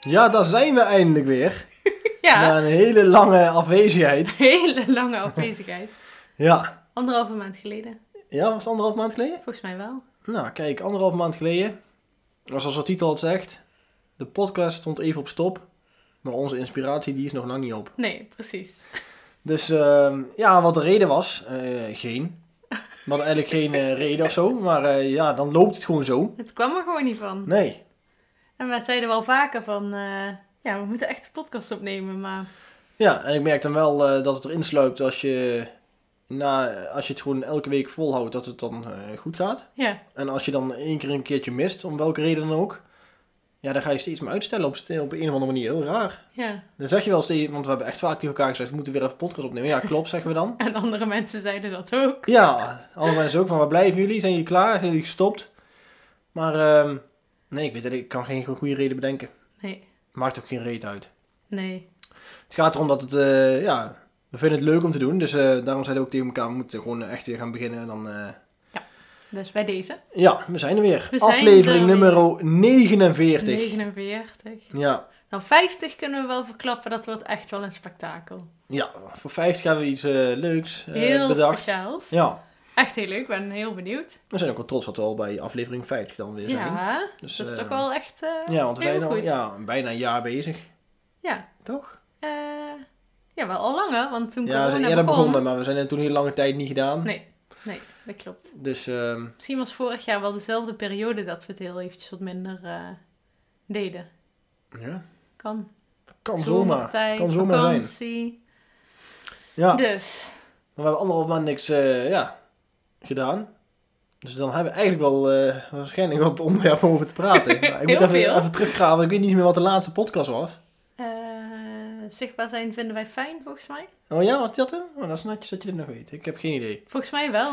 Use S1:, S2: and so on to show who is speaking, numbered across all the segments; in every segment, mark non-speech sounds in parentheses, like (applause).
S1: Ja, daar zijn we eindelijk weer.
S2: Ja,
S1: Na een hele lange afwezigheid.
S2: (laughs) hele lange afwezigheid.
S1: Ja.
S2: Anderhalve maand geleden,
S1: Ja, was het anderhalf maand geleden?
S2: volgens mij wel.
S1: Nou, kijk, anderhalf maand geleden was zoals de titel al zegt. De podcast stond even op stop, maar onze inspiratie die is nog lang niet op.
S2: Nee, precies.
S1: Dus ehm, ja, wat de reden was, eh, geen. We hadden eigenlijk geen eh, reden of zo, maar eh, ja, dan loopt het gewoon zo.
S2: Het kwam er gewoon niet van.
S1: Nee,
S2: En wij zeiden wel vaker van, eh, ja, we moeten echt een podcast opnemen, maar...
S1: Ja, en ik merk dan wel eh, dat het erin sluipt als je, na, als je het gewoon elke week volhoudt, dat het dan eh, goed gaat.
S2: Ja,
S1: En als je dan één keer een keertje mist, om welke reden dan ook, ja, dan ga je steeds maar uitstellen op, op een of andere manier. Heel raar.
S2: ja.
S1: Dan zeg je wel steeds, want we hebben echt vaak tegen elkaar gezegd, we moeten weer even podcast opnemen. Ja, klopt, zeggen we dan.
S2: En andere mensen zeiden dat ook.
S1: Ja, alle mensen ook van, waar blijven jullie? Zijn jullie klaar? Zijn jullie gestopt? Maar ehm, nee, ik weet het, ik kan geen goede reden bedenken.
S2: Nee,
S1: Maakt ook geen reet uit.
S2: nee.
S1: Het gaat erom dat het, eh, ja, we vinden het leuk om te doen. Dus eh, daarom zeiden we ook tegen elkaar, we moeten gewoon echt weer gaan beginnen. En dan, eh,
S2: Dus bij deze.
S1: ja, we zijn er weer.
S2: We zijn
S1: Aflevering
S2: er weer.
S1: nummer 49.
S2: 49.
S1: Ja,
S2: Nou, 50 kunnen we wel verklappen. Dat wordt echt wel een spektakel.
S1: ja, voor 50 hebben we iets eh, leuks eh,
S2: heel
S1: bedacht.
S2: speciaals.
S1: Ja,
S2: Echt heel leuk. Ik ben heel benieuwd.
S1: we zijn ook wel trots dat we al bij aflevering 50 dan weer zijn.
S2: Ja,
S1: dus,
S2: dat is
S1: eh,
S2: toch wel echt eh,
S1: Ja, want we
S2: heel
S1: zijn al
S2: goed.
S1: ja, bijna een jaar bezig,
S2: Ja,
S1: toch?
S2: eh, ja, wel al langer. Want toen
S1: Ja, we zijn
S2: corona
S1: eerder
S2: begon...
S1: begonnen, maar we zijn het toen heel lange tijd niet gedaan.
S2: Nee, nee, dat klopt.
S1: Dus ehm,
S2: Misschien was vorig jaar wel dezelfde periode dat we het heel eventjes wat minder eh, deden.
S1: ja,
S2: Kan.
S1: kan zomaar.
S2: Zomertijd,
S1: Kan zomaar zijn.
S2: vakantie.
S1: Ja.
S2: Dus,
S1: Maar we hebben anderhalf maand niks eh, ja, gedaan. Dus dan hebben we eigenlijk wel eh, waarschijnlijk wat onderwerpen om over te
S2: (laughs)
S1: praten. Maar ik moet
S2: Heel
S1: even,
S2: veel.
S1: even teruggaan, want ik weet niet meer wat de laatste podcast was.
S2: eh, zichtbaar zijn vinden wij fijn volgens mij.
S1: Oh ja, was dat hem? Oh, dat is netjes dat je dit nog weet. Ik heb geen idee.
S2: Volgens mij wel.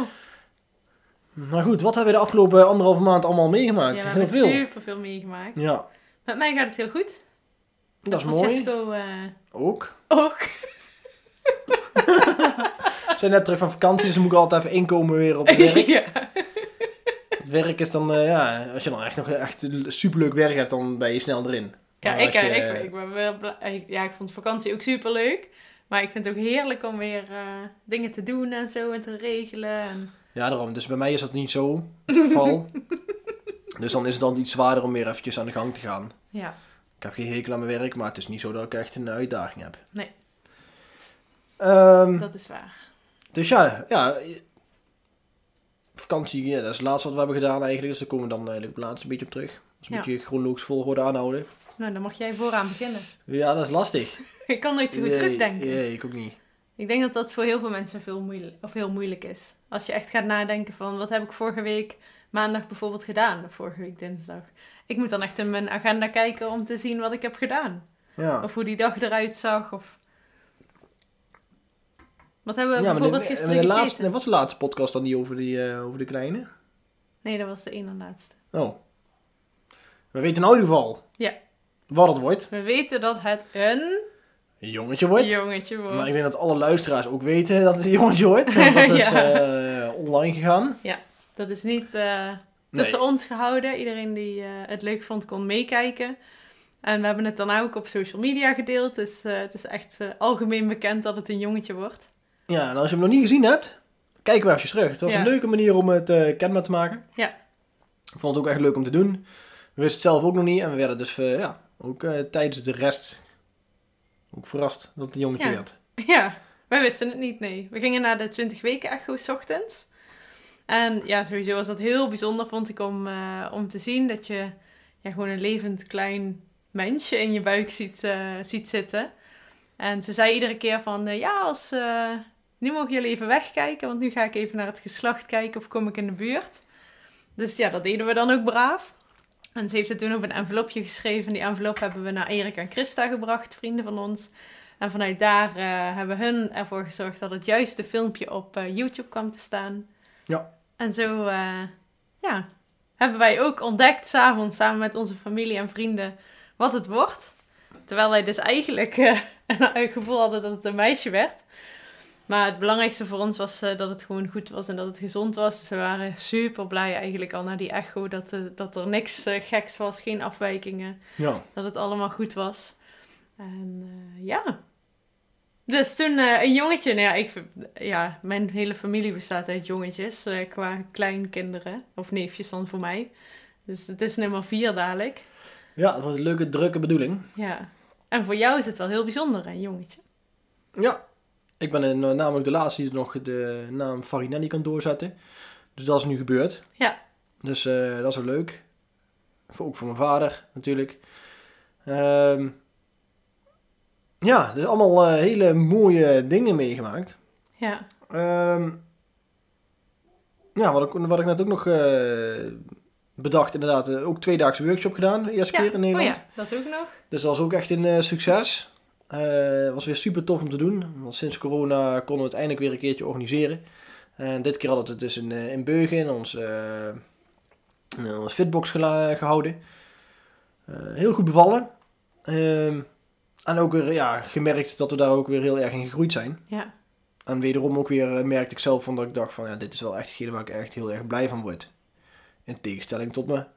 S1: Maar goed, wat hebben we de afgelopen anderhalve maand allemaal meegemaakt?
S2: ja, we
S1: Heel
S2: hebben
S1: veel.
S2: super veel meegemaakt.
S1: Ja,
S2: Met mij gaat het heel goed.
S1: dat is mooi.
S2: Francesco eh,
S1: Ook.
S2: ook.
S1: We zijn net terug van vakantie, dus dan moet ik altijd even inkomen
S2: (laughs)
S1: weer op het werk.
S2: ja.
S1: Het werk is dan, eh, ja, als je dan echt nog echt superleuk werk hebt, dan ben je snel erin.
S2: ja,
S1: Maar
S2: ik,
S1: Nou, als je-
S2: eh, ik, ik ben wel blij. Ik- Ja, ik vond vakantie ook super leuk. Maar ik vind het ook heerlijk om weer eh, dingen te doen en zo en te regelen. En...
S1: Ja, daarom. Dus bij mij is dat niet
S2: (laughs)
S1: zo het geval. dus dan is het dan iets zwaarder om weer eventjes aan de gang te gaan.
S2: Ja.
S1: Ik heb geen hekel aan mijn werk, maar het is niet zo dat ik echt een uitdaging heb.
S2: Nee.
S1: Ehm,
S2: Dat is waar.
S1: Dus ja, ja. je- Vakantie, ja, dat is het laatste wat we hebben gedaan eigenlijk. Dus daar komen we dan eigenlijk op het laatste een beetje op terug. Dus een
S2: Ja.
S1: beetje chronologisch volgorde aanhouden.
S2: Nou, dan mag jij vooraan beginnen. (laughs)
S1: Ja, dat is lastig.
S2: Ik kan nooit zo goed
S1: Nee,
S2: terugdenken.
S1: nee, ik ook niet.
S2: Ik denk dat dat voor heel veel mensen veel moeilijk, of heel moeilijk is. Als je echt gaat nadenken van wat heb ik vorige week maandag bijvoorbeeld gedaan, of vorige week dinsdag. Ik moet dan echt in mijn agenda kijken om te zien wat ik heb gedaan.
S1: Ja.
S2: Of hoe die dag eruit zag. Of... Wat hebben we
S1: ja, maar de,
S2: eh, bijvoorbeeld
S1: maar
S2: gisteren
S1: de
S2: gegeten?
S1: laatste, wat was de laatste podcast dan die over, die, eh, over de kleine?
S2: Nee, dat was de ene laatste.
S1: Oh. We weten in ieder geval
S2: Ja.
S1: wat het wordt.
S2: We weten dat het een
S1: Een jongetje wordt.
S2: jongetje wordt.
S1: Maar ik denk dat alle luisteraars ook weten dat het een
S2: (laughs)
S1: jongetje wordt. Want dat is
S2: Ja.
S1: eh, online gegaan.
S2: Dat is niet eh, tussen ons gehouden. Iedereen die eh, het leuk vond kon meekijken. En we hebben het daarna ook op social media gedeeld. Dus eh, het is echt eh, algemeen bekend dat het een jongetje wordt.
S1: Ja, en als je hem nog niet gezien hebt, kijk maar even terug. Het was
S2: Ja.
S1: een leuke manier om het eh, kenbaar te maken.
S2: Ja.
S1: Ik vond het ook echt leuk om te doen. We wisten het zelf ook nog niet en we werden dus eh, ja, ook eh, tijdens de rest ook verrast dat het een jongetje
S2: Ja.
S1: werd.
S2: Ja, wij wisten het niet, nee. We gingen naar de 20 weken echo 's ochtends. En ja, sowieso was dat heel bijzonder, vond ik, om, eh, om te zien dat je ja, gewoon een levend klein mensje in je buik ziet, eh, ziet zitten. En ze zei iedere keer van, eh, ja, als, eh, nu mogen jullie even wegkijken, want nu ga ik even naar het geslacht kijken of kom ik in de buurt. Dus ja, dat deden we dan ook braaf. En ze heeft het toen op een envelopje geschreven. Die envelop hebben we naar Erik en Christa gebracht, vrienden van ons. En vanuit daar eh, hebben hun ervoor gezorgd dat het juiste filmpje op eh, YouTube kwam te staan.
S1: Ja.
S2: En zo, eh, ja, hebben wij ook ontdekt s'avonds samen met onze familie en vrienden wat het wordt. Terwijl wij dus eigenlijk eh, (laughs) een gevoel hadden dat het een meisje werd. Maar het belangrijkste voor ons was eh, dat het gewoon goed was en dat het gezond was. Dus we waren super blij eigenlijk al na die echo dat, eh, dat er niks eh, geks was, geen afwijkingen
S1: Ja.
S2: dat het allemaal goed was. En eh, ja. Dus toen eh, een jongetje, nou ja, ik, ja, mijn hele familie bestaat uit jongetjes eh, qua kleinkinderen, of neefjes dan voor mij. Dus het is nummer vier dadelijk.
S1: ja, het was een leuke, drukke bedoeling.
S2: Ja. En voor jou is het wel heel bijzonder, een jongetje.
S1: Ja, ik ben eh, nou, namelijk de laatste die nog de naam Farinelli kan doorzetten. Dus dat is nu gebeurd.
S2: Ja.
S1: Dus eh, dat is wel leuk. Voor, ook voor mijn vader natuurlijk. Ehm, ja, dus allemaal eh, hele mooie dingen meegemaakt.
S2: Ja.
S1: Ehm, ja, wat ik, wat ik net ook nog eh, bedacht, inderdaad. eh, ook tweedaagse workshop gedaan, de eerste
S2: ja.
S1: keer in Nederland.
S2: Oh ja, dat ook nog.
S1: Dus dat was ook echt een eh, succes. Eh was weer super tof om te doen. Want sinds corona konden we het eindelijk weer een keertje organiseren. En dit keer hadden we het dus in, eh, in Beugen, in ons, eh, in ons fitbox gela- gehouden. Eh, heel goed bevallen. Ehm, en ook weer ja, gemerkt dat we daar ook weer heel erg in gegroeid zijn.
S2: Ja.
S1: En wederom ook weer eh, merkte ik zelf van dat ik dacht van ja, dit is wel echt hetgene waar ik echt heel erg blij van word. In tegenstelling tot mijn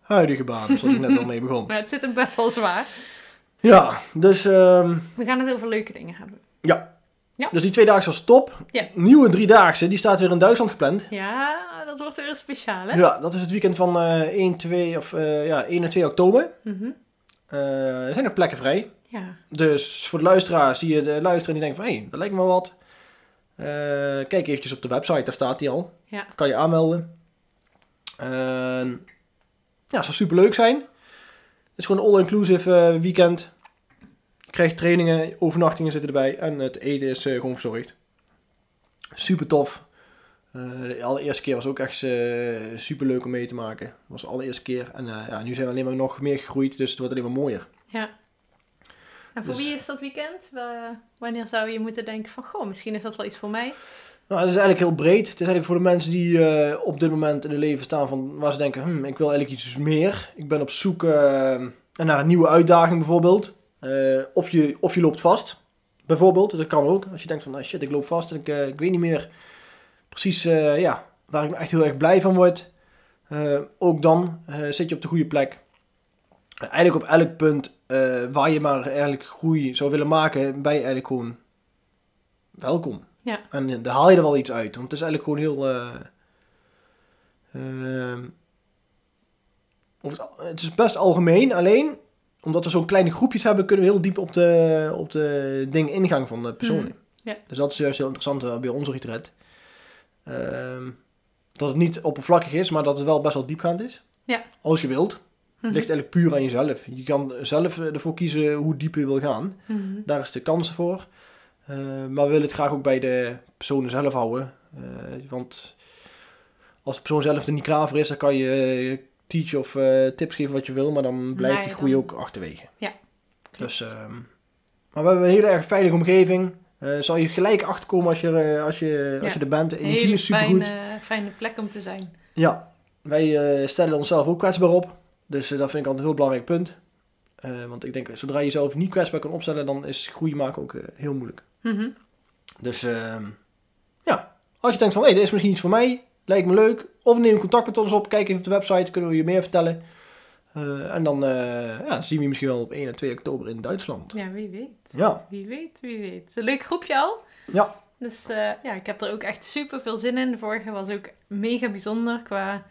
S1: huidige baan, zoals ik net al mee
S2: (laughs)
S1: begon.
S2: Maar het zit hem best wel zwaar.
S1: Ja, dus, ehm,
S2: We gaan het over leuke dingen hebben.
S1: dus die tweedaagse was top.
S2: Ja.
S1: Nieuwe driedaagse, die staat weer in Duitsland gepland.
S2: Ja, dat wordt weer speciaal, hè?
S1: Ja, dat is het weekend van eh 1, 2, of, eh, ja, 1 en 2 oktober.
S2: Mhm.
S1: Eh, er zijn nog plekken vrij.
S2: Ja.
S1: Dus voor de luisteraars die eh, luisteren en die denken van, hé, hey, dat lijkt me wel wat. Eh, kijk eventjes op de website, daar staat die al.
S2: Ja.
S1: Kan je aanmelden. En, ja, het zou superleuk zijn. Het is gewoon een all-inclusive eh, weekend. Krijg trainingen, overnachtingen zitten erbij. En het eten is eh, gewoon verzorgd. Super tof. Eh, de allereerste keer was ook echt super leuk om mee te maken. Dat was de allereerste keer. En eh, ja, nu zijn we alleen maar nog meer gegroeid, dus het wordt alleen maar mooier.
S2: Ja. En voor
S1: Dus-
S2: wie is dat weekend? Wa- Wanneer zou je moeten denken van, goh, misschien is dat wel iets voor mij?
S1: Nou, het is eigenlijk heel breed. Het is eigenlijk voor de mensen die eh, op dit moment in hun leven staan van waar ze denken, hm, ik wil eigenlijk iets meer. Ik ben op zoek eh, naar een nieuwe uitdaging bijvoorbeeld. Eh, of, je, of je loopt vast, bijvoorbeeld. Dat kan ook. Als je denkt van, ah, shit, ik loop vast en ik, eh, ik weet niet meer precies eh, ja, waar ik echt heel erg blij van word. Eh, ook dan eh, zit je op de goede plek. Eh, eigenlijk op elk punt eh, waar je maar eigenlijk groei zou willen maken, ben je eigenlijk gewoon welkom. En eh, daar haal je er wel iets uit. Want het is eigenlijk gewoon heel. eh, ehm, of het, al- het is best algemeen. Alleen omdat we zo'n kleine groepjes hebben, kunnen we heel diep op de, op de ding ingang van de personen.
S2: Mhm. ja.
S1: Dus dat is juist heel interessant eh, bij onze retret. Ehm, dat het niet oppervlakkig is, maar dat het wel best wel diepgaand is.
S2: Ja.
S1: Als je wilt.
S2: Mhm,
S1: Het ligt eigenlijk puur aan jezelf. Je kan zelf eh, ervoor kiezen hoe diep je wil gaan.
S2: Mhm.
S1: Daar is de kans voor. Eh, maar we willen het graag ook bij de personen zelf houden. Eh, want als de persoon zelf er niet klaar voor is, dan kan je eh, teachen of eh, tips geven wat je wil. Maar dan blijft
S2: Nee,
S1: die groei
S2: dan-
S1: ook achterwege.
S2: Klopt.
S1: Dus, ehm, maar we hebben een hele erg veilige omgeving. Eh zal je gelijk achterkomen als je, eh, als je, als
S2: Ja.
S1: je er bent. De energie
S2: Hele
S1: is supergoed.
S2: Fijne, fijne plek om te zijn.
S1: Ja, wij eh, stellen onszelf ook kwetsbaar op. Dus eh, dat vind ik altijd een heel belangrijk punt. Eh, want ik denk, zodra je jezelf niet kwetsbaar kan opstellen, dan is groei maken ook eh, heel moeilijk.
S2: Mhm.
S1: Dus ehm, ja, als je denkt van hé, dit is misschien iets voor mij, lijkt me leuk. Of neem contact met ons op, kijk even op de website, kunnen we je meer vertellen. Eh, en dan eh, ja, zien we je misschien wel op 1 en 2 oktober in Duitsland.
S2: Ja, wie weet.
S1: Ja,
S2: Wie weet, wie weet. Het is Een leuk groepje al.
S1: Ja.
S2: Dus eh, ja, ik heb er ook echt super veel zin in. De vorige was ook mega bijzonder qua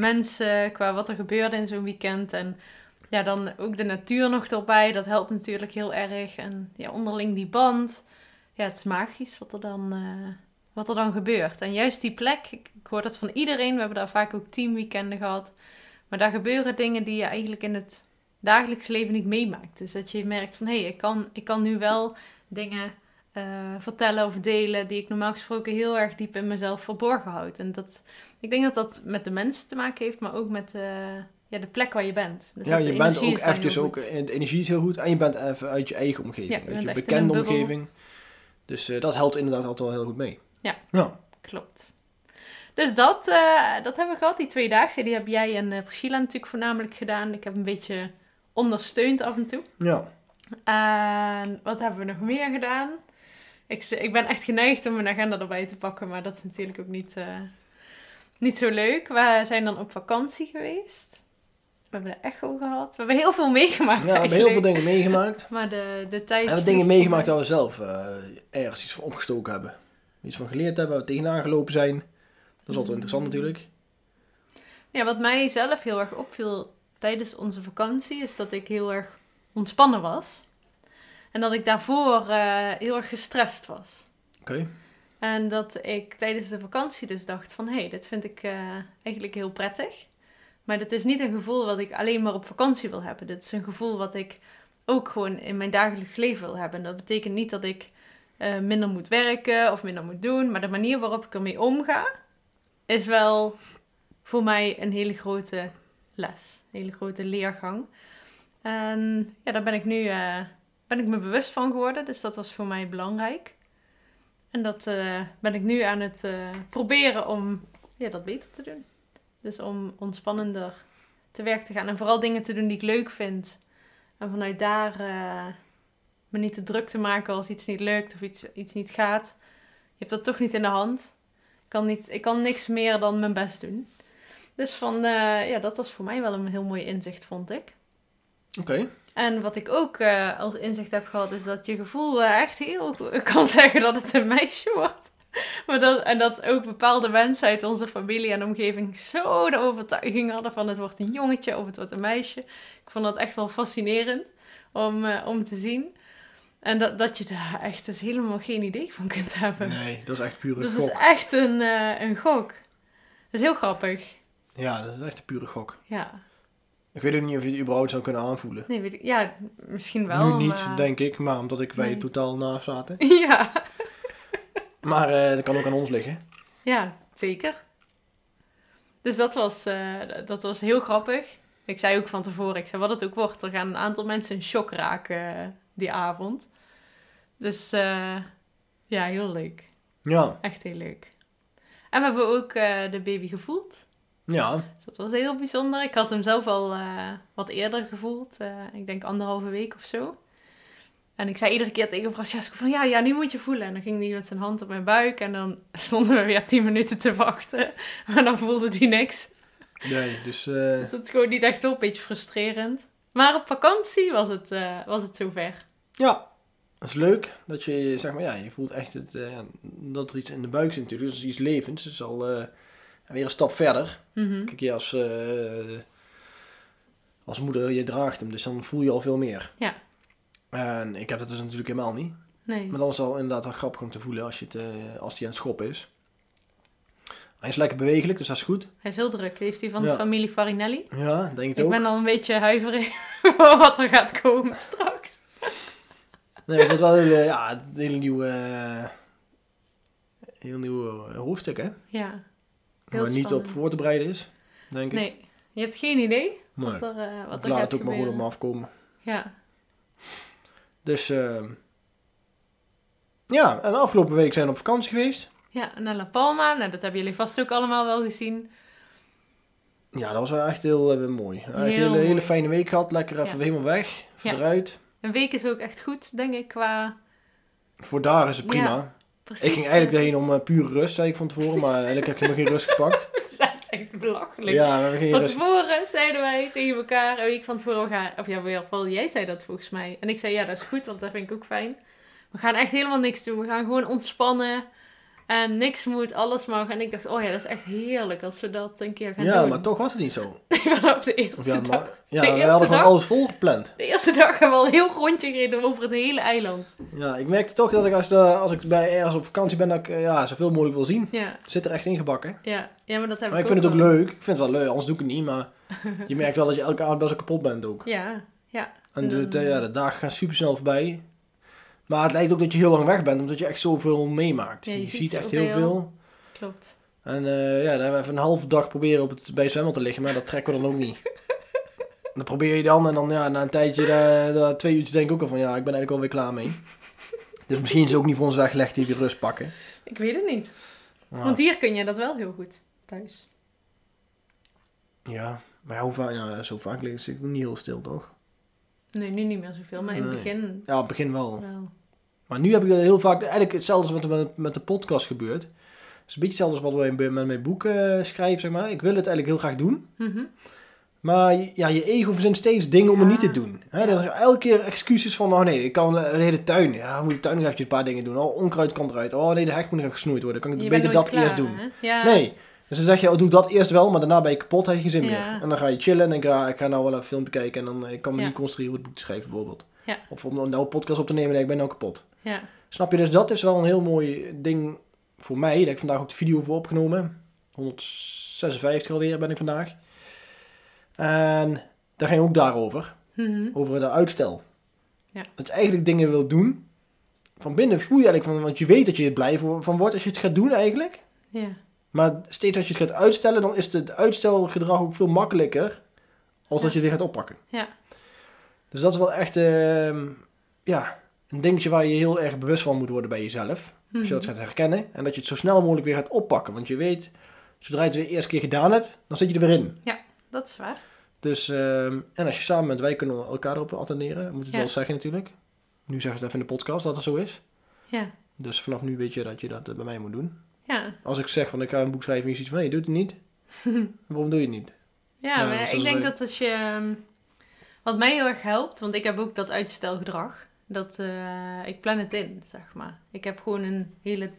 S2: mensen, qua wat er gebeurde in zo'n weekend. En ja, dan ook de natuur nog erbij. Dat helpt natuurlijk heel erg. En ja, onderling die band. Ja, het is magisch wat er dan, eh, wat er dan gebeurt. En juist die plek, ik, ik hoor dat van iedereen. We hebben daar vaak ook teamweekenden gehad. Maar daar gebeuren dingen die je eigenlijk in het dagelijks leven niet meemaakt. Dus dat je merkt van, hé, hey, ik, kan, ik kan nu wel dingen eh, vertellen of delen die ik normaal gesproken heel erg diep in mezelf verborgen houd. En dat, ik denk dat dat met de mensen te maken heeft, maar ook met eh, ja, de plek waar je bent. Dus
S1: ja,
S2: dat de
S1: je bent
S2: energie
S1: ook
S2: is daar heel
S1: eventjes ook,
S2: goed.
S1: eh, de energie is heel goed en je bent even uit je eigen omgeving,
S2: Ja, je
S1: uit
S2: bent
S1: je
S2: echt in
S1: bekende
S2: een bubbel.
S1: omgeving. Dus eh, dat helpt inderdaad altijd wel heel goed mee.
S2: Ja.
S1: Ja,
S2: Klopt. Dus dat, eh, dat hebben we gehad, die tweedaagse. Die heb jij en eh, Priscilla natuurlijk voornamelijk gedaan. Ik heb een beetje ondersteund af en toe.
S1: ja.
S2: En wat hebben we nog meer gedaan? Ik, z- ik ben echt geneigd om mijn agenda erbij te pakken, maar dat is natuurlijk ook niet, eh, niet zo leuk. We zijn dan op vakantie geweest. We hebben de echo gehad. We hebben heel veel meegemaakt
S1: ja we hebben
S2: eigenlijk.
S1: heel veel dingen
S2: (laughs)
S1: meegemaakt.
S2: Maar de, de tijd...
S1: We hebben dingen meegemaakt dat we zelf eh, ergens iets van opgestoken hebben. Iets van geleerd hebben, waar we tegenaan gelopen zijn. Dat is altijd
S2: Mm.
S1: wel interessant natuurlijk.
S2: Ja, wat mij zelf heel erg opviel tijdens onze vakantie is dat ik heel erg ontspannen was. En dat ik daarvoor eh, heel erg gestrest was.
S1: Oké.
S2: En dat ik tijdens de vakantie dus dacht van... hé, hey, dit vind ik eh, eigenlijk heel prettig. Maar dit is niet een gevoel wat ik alleen maar op vakantie wil hebben. Dit is een gevoel wat ik ook gewoon in mijn dagelijks leven wil hebben. En dat betekent niet dat ik eh, minder moet werken of minder moet doen. Maar de manier waarop ik ermee omga... is wel voor mij een hele grote les. Een hele grote leergang. En ja, daar ben ik nu... eh, ben ik me bewust van geworden. Dus dat was voor mij belangrijk. En dat eh, ben ik nu aan het eh, proberen om ja, dat beter te doen. Dus om ontspannender te werk te gaan. En vooral dingen te doen die ik leuk vind. En vanuit daar eh, me niet te druk te maken als iets niet lukt of iets, iets niet gaat. Je hebt dat toch niet in de hand. Ik kan, niet, ik kan niks meer dan mijn best doen. Dus van, eh, ja, dat was voor mij wel een heel mooi inzicht, vond ik.
S1: Oké.
S2: En wat ik ook eh, als inzicht heb gehad, is dat je gevoel eh, echt heel ik kan (laughs) zeggen dat het een meisje wordt. Maar dat, en dat ook bepaalde mensen uit onze familie en omgeving zo de overtuiging hadden van het wordt een jongetje of het wordt een meisje. Ik vond dat echt wel fascinerend om, eh, om te zien. En dat, dat je daar echt dus helemaal geen idee van kunt hebben.
S1: Nee, dat is echt pure
S2: dat
S1: gok.
S2: is echt een, eh, een gok. Dat is heel grappig.
S1: Ja, dat is echt een pure gok.
S2: Ja,
S1: Ik weet ook niet of je het überhaupt zou kunnen aanvoelen.
S2: nee, weet ik- ja misschien wel.
S1: nu niet,
S2: maar- (laughs)
S1: denk ik, maar omdat ik wij
S2: Nee.
S1: totaal naast zaten.
S2: Ja.
S1: Maar eh, dat kan ook aan ons liggen.
S2: Ja, zeker. Dus dat was, eh, d- dat was heel grappig. Ik zei ook van tevoren, ik zei wat het ook wordt, er gaan een aantal mensen in shock raken eh, die avond. Dus eh, ja, heel leuk.
S1: Ja,
S2: Echt heel leuk. En we hebben ook eh, de baby gevoeld.
S1: ja,
S2: Dus dat was heel bijzonder. Ik had hem zelf al eh, wat eerder gevoeld. eh, ik denk anderhalve week of zo. En ik zei iedere keer tegen Francesco van ja, ja, nu moet je voelen. En dan ging hij met zijn hand op mijn buik. En dan (laughs) stonden we weer tien minuten te wachten. (laughs) Maar dan voelde hij niks.
S1: nee, dus eh,
S2: Dus dat is gewoon niet echt op. Beetje frustrerend. Maar op vakantie was het, eh, was het zover.
S1: ja, dat is leuk dat je, zeg maar, ja, je voelt echt het, eh, dat er iets in de buik zit natuurlijk, dus iets levends, dus al eh, weer een stap verder.
S2: Mhm.
S1: Kijk, je als, eh, als moeder, je draagt hem, dus dan voel je al veel meer.
S2: Ja.
S1: En ik heb dat dus natuurlijk helemaal niet.
S2: Nee.
S1: Maar dan is het al inderdaad wel grappig om te voelen als, je het, eh, als die aan het schoppen is. Hij is lekker bewegelijk, dus dat is goed.
S2: Hij is heel druk. Heeft hij van
S1: Ja.
S2: de familie Farinelli.
S1: Ja, denk het
S2: Ik
S1: ook.
S2: ben al een beetje huiverig (laughs) voor wat er gaat komen straks.
S1: Nee, het wordt wel een hele, ja, een hele nieuwe, eh, heel nieuw eh, hoofdstuk, hè?
S2: Ja. Heel
S1: Waar niet op
S2: spannend.
S1: voor te bereiden is, denk ik.
S2: Nee. Je hebt geen idee?
S1: Maar
S2: wat er, eh, wat
S1: ik
S2: er
S1: laat
S2: gaat
S1: het ook maar gewoon op
S2: gebeuren.
S1: me afkomen.
S2: Ja,
S1: Dus, ehm, ja, en de afgelopen week zijn we op vakantie geweest.
S2: ja, naar La Palma. Nou, dat hebben jullie vast ook allemaal wel gezien.
S1: Ja, dat was wel echt heel eh, mooi. Echt een
S2: Heel
S1: hele,
S2: mooi.
S1: hele fijne week gehad. Lekker even
S2: Ja.
S1: helemaal weg, even
S2: Ja.
S1: eruit.
S2: Een week is ook echt goed, denk ik, qua
S1: Voor daar is het prima.
S2: Ja, precies...
S1: ik ging eigenlijk erheen om eh, puur rust, zei ik van tevoren. Maar eigenlijk heb ik helemaal geen rust gepakt.
S2: (laughs) Het is echt belachelijk.
S1: Ja, we hebben geen
S2: Van
S1: rust.
S2: tevoren zeiden wij tegen elkaar een week van tevoren we gaan... Of ja, in ieder geval, jij zei dat volgens mij. En ik zei, ja, dat is goed, want dat vind ik ook fijn. We gaan echt helemaal niks doen. We gaan gewoon ontspannen. En niks moet, alles mag. En ik dacht, oh ja, dat is echt heerlijk als we dat een keer gaan
S1: Ja,
S2: doen. (laughs)
S1: maar toch was het niet zo.
S2: maar... op de eerste
S1: Of ja,
S2: dag.
S1: maar, ja,
S2: De
S1: we
S2: eerste
S1: hadden gewoon
S2: dag?
S1: alles volgepland.
S2: De eerste dag hebben we al heel rondje gereden over het hele eiland.
S1: Ja, ik merkte toch dat ik als, de- als ik bij ergens op vakantie ben, dat ik eh, ja, zoveel mogelijk wil zien.
S2: Ja,
S1: Zit er echt ingebakken.
S2: ja, ja maar dat heb
S1: Maar ik
S2: ik
S1: vind het ook
S2: wel.
S1: leuk. Ik vind het wel leuk, anders doe ik het niet. Maar je merkt wel dat je elke avond best wel kapot bent ook.
S2: Ja, ja.
S1: En de, de-
S2: Mm.
S1: ja, de dagen gaan super snel voorbij. Maar het lijkt ook dat je heel lang weg bent, omdat je echt zoveel meemaakt.
S2: Ja,
S1: je,
S2: je
S1: ziet,
S2: ziet
S1: echt
S2: zoveel.
S1: heel veel.
S2: Klopt.
S1: En eh, ja, dan hebben we even een halve dag proberen op het, bij het zwembad te liggen, maar dat trekken we dan ook niet. Dan probeer je dan en dan ja, na een tijdje, eh, na twee uurtjes denk ik ook al van ja, ik ben eigenlijk alweer klaar mee. Dus misschien is het ook niet voor ons weggelegd die rust pakken.
S2: Ik weet het niet.
S1: Ja.
S2: Want hier kun je dat wel heel goed thuis.
S1: Ja, maar ja, hoe vaak, ja, zo vaak liggen ze niet heel stil toch?
S2: Nee, nu niet meer zoveel, maar in het
S1: Nee.
S2: begin
S1: Ja, op het begin wel.
S2: wel.
S1: Maar nu heb ik dat heel vaak, eigenlijk hetzelfde als wat er met, met de podcast gebeurt. Het is een beetje hetzelfde als wat we bij- met mijn boek eh, schrijven, zeg maar. Ik wil het eigenlijk heel graag doen.
S2: Mhm.
S1: Maar je- ja, je ego verzint steeds dingen om het
S2: Ja.
S1: niet te doen. Hè, dat er elke keer excuses van, oh nee, ik kan eh, de hele tuin. Ja, ik moet de tuin nog even een paar dingen doen. Oh, onkruid kan eruit. Oh nee, de hek moet nog even gesnoeid worden. Kan ik
S2: Je bent
S1: beter
S2: nooit
S1: dat
S2: klaar,
S1: eerst doen?
S2: hè? Ja.
S1: Nee. Dus dan zeg je, oh, doe dat eerst wel, maar daarna ben je kapot, heb je geen zin
S2: Ja.
S1: meer. En dan ga je chillen en denk je, ah, ik ga nou wel een filmpje kijken en dan eh, ik kan me
S2: Ja.
S1: niet concentreren op het boek te schrijven bijvoorbeeld.
S2: Ja.
S1: Of om nou een podcast op te nemen en ik ben nou kapot.
S2: Ja.
S1: Snap je? Dus dat is wel een heel mooi ding voor mij. Dat ik vandaag ook de video voor opgenomen. 156 alweer ben ik vandaag. En daar ging ook daarover.
S2: Mhm.
S1: Over dat uitstel.
S2: Ja.
S1: Dat je eigenlijk dingen wil doen. Van binnen voel je eigenlijk van, want je weet dat je er blij voor- van wordt als je het gaat doen eigenlijk.
S2: ja.
S1: Maar steeds als je het gaat uitstellen, dan is het uitstelgedrag ook veel makkelijker. Als
S2: Ja.
S1: dat je het weer gaat oppakken.
S2: Ja.
S1: Dus dat is wel echt ehm, ja, een dingetje waar je heel erg bewust van moet worden bij jezelf. Als je dat
S2: Mhm.
S1: gaat herkennen en dat je het zo snel mogelijk weer gaat oppakken. Want je weet, zodra je het weer eerst keer gedaan hebt, dan zit je er weer in.
S2: Dat is waar.
S1: Dus, ehm, en als je samen bent, wij kunnen elkaar erop attenderen. Moet het
S2: Ja.
S1: wel zeggen natuurlijk. Nu zeggen ze het even in de podcast dat het zo is.
S2: Ja.
S1: Dus vanaf nu weet je dat je dat eh, bij mij moet doen.
S2: Ja.
S1: Als ik zeg van ik ga een boek schrijven en je ziet van nee, je doet het
S2: (laughs)
S1: niet. Waarom doe je het niet?
S2: Ja,
S1: Ja, dus
S2: maar
S1: dat
S2: ik
S1: is
S2: denk
S1: leuk.
S2: dat als je... ehm, Wat mij heel erg helpt, want ik heb ook dat uitstelgedrag. Dat eh, ik plan het in, zeg maar. Ik heb gewoon een hele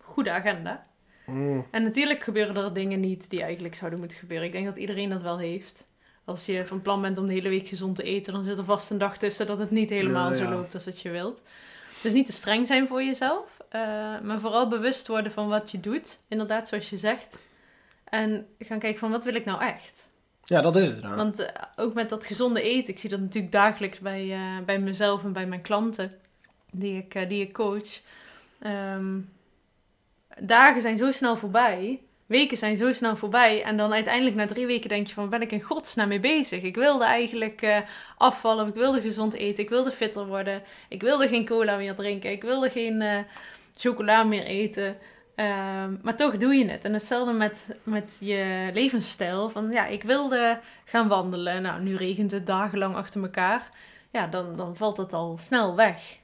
S2: goede agenda.
S1: Mm.
S2: En natuurlijk gebeuren er dingen niet die eigenlijk zouden moeten gebeuren. Ik denk dat iedereen dat wel heeft. Als je van plan bent om de hele week gezond te eten, dan zit er vast een dag tussen dat het niet helemaal
S1: Ja,
S2: zo
S1: ja.
S2: loopt als dat je wilt. Dus niet te streng zijn voor jezelf, eh, maar vooral bewust worden van wat je doet. Inderdaad, zoals je zegt. En gaan kijken van wat wil ik nou echt?
S1: Ja, dat is het. nou.
S2: Want eh, ook met dat gezonde eten, ik zie dat natuurlijk dagelijks bij, eh, bij mezelf en bij mijn klanten die ik, eh, die ik coach. Ehm, dagen zijn zo snel voorbij, weken zijn zo snel voorbij. En dan uiteindelijk na drie weken denk je van, ben ik in godsnaam mee bezig? Ik wilde eigenlijk eh, afvallen, of ik wilde gezond eten, ik wilde fitter worden. Ik wilde geen cola meer drinken, ik wilde geen eh, chocola meer eten. Ehm, maar toch doe je het. En hetzelfde met, met je levensstijl. Van ja, ik wilde gaan wandelen. Nou, nu regent het dagenlang achter elkaar. Ja, dan, dan valt dat al snel weg.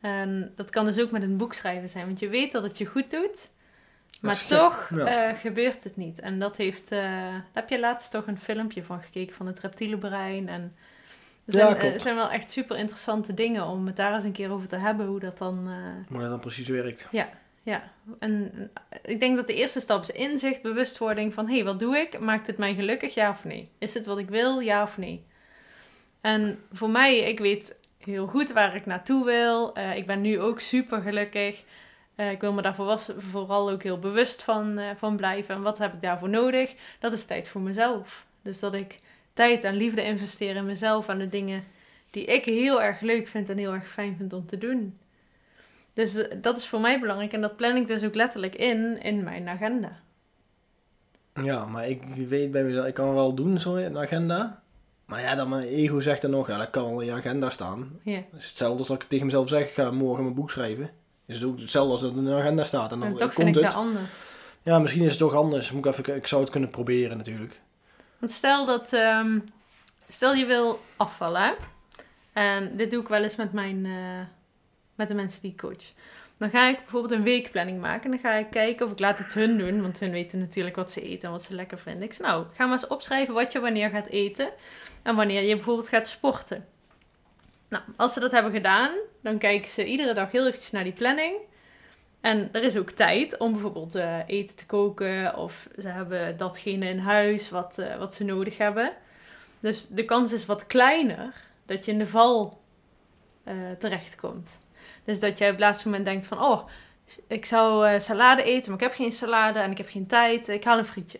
S2: En dat kan dus ook met een boek schrijven zijn. Want je weet dat het je goed doet. Maar
S1: sche-
S2: toch
S1: ja.
S2: eh, gebeurt het niet. En dat heeft... eh, daar heb je laatst toch een filmpje van gekeken van het reptiele brein. En er
S1: Ja,
S2: zijn, eh,
S1: klopt.
S2: zijn wel echt super interessante dingen om het daar eens een keer over te hebben. Hoe dat dan... eh,
S1: Maar dat dan precies werkt.
S2: ja, en en ik denk dat de eerste stap is inzicht, bewustwording van hé, hey, wat doe ik? Maakt het mij gelukkig, ja of nee? Is dit wat ik wil, ja of nee? En voor mij, ik weet heel goed waar ik naartoe wil. Eh, ik ben nu ook super gelukkig. Eh, ik wil me daar voorwas- vooral ook heel bewust van, eh, van blijven. En wat heb ik daarvoor nodig? Dat is tijd voor mezelf. Dus dat ik tijd en liefde investeer in mezelf, aan de dingen die ik heel erg leuk vind en heel erg fijn vind om te doen. Dus eh, dat is voor mij belangrijk en dat plan ik dus ook letterlijk in, in mijn agenda.
S1: Ja, maar ik weet bij mezelf, ik kan wel doen zo een agenda. Maar ja, dan mijn ego zegt dan nog, ja, dat kan wel in je agenda staan.
S2: Ja.
S1: Het is hetzelfde als dat ik tegen mezelf zeg, ik ga morgen mijn boek schrijven. Is het ook hetzelfde als dat het in de agenda staat. En dan eh,
S2: En toch vind
S1: komt
S2: ik
S1: het.
S2: dat anders.
S1: Ja, misschien is het toch anders. Moet ik, even, ik zou het kunnen proberen natuurlijk.
S2: Want stel dat, ehm, stel je wil afvallen. hè? En dit doe ik wel eens met, mijn, eh, met de mensen die ik coach. Dan ga ik bijvoorbeeld een weekplanning maken. En dan ga ik kijken of ik laat het hun doen. Want hun weten natuurlijk wat ze eten en wat ze lekker vinden. Ik zeg, nou, ga maar eens opschrijven wat je wanneer gaat eten. En wanneer je bijvoorbeeld gaat sporten. Nou, als ze dat hebben gedaan, dan kijken ze iedere dag heel eventjes naar die planning. En er is ook tijd om bijvoorbeeld eh, eten te koken. Of ze hebben datgene in huis wat, eh, wat ze nodig hebben. Dus de kans is wat kleiner dat je in de val eh, terechtkomt. Dus dat jij op het laatste moment denkt van... Oh, ik zou eh, salade eten, maar ik heb geen salade en ik heb geen tijd. Ik haal een frietje.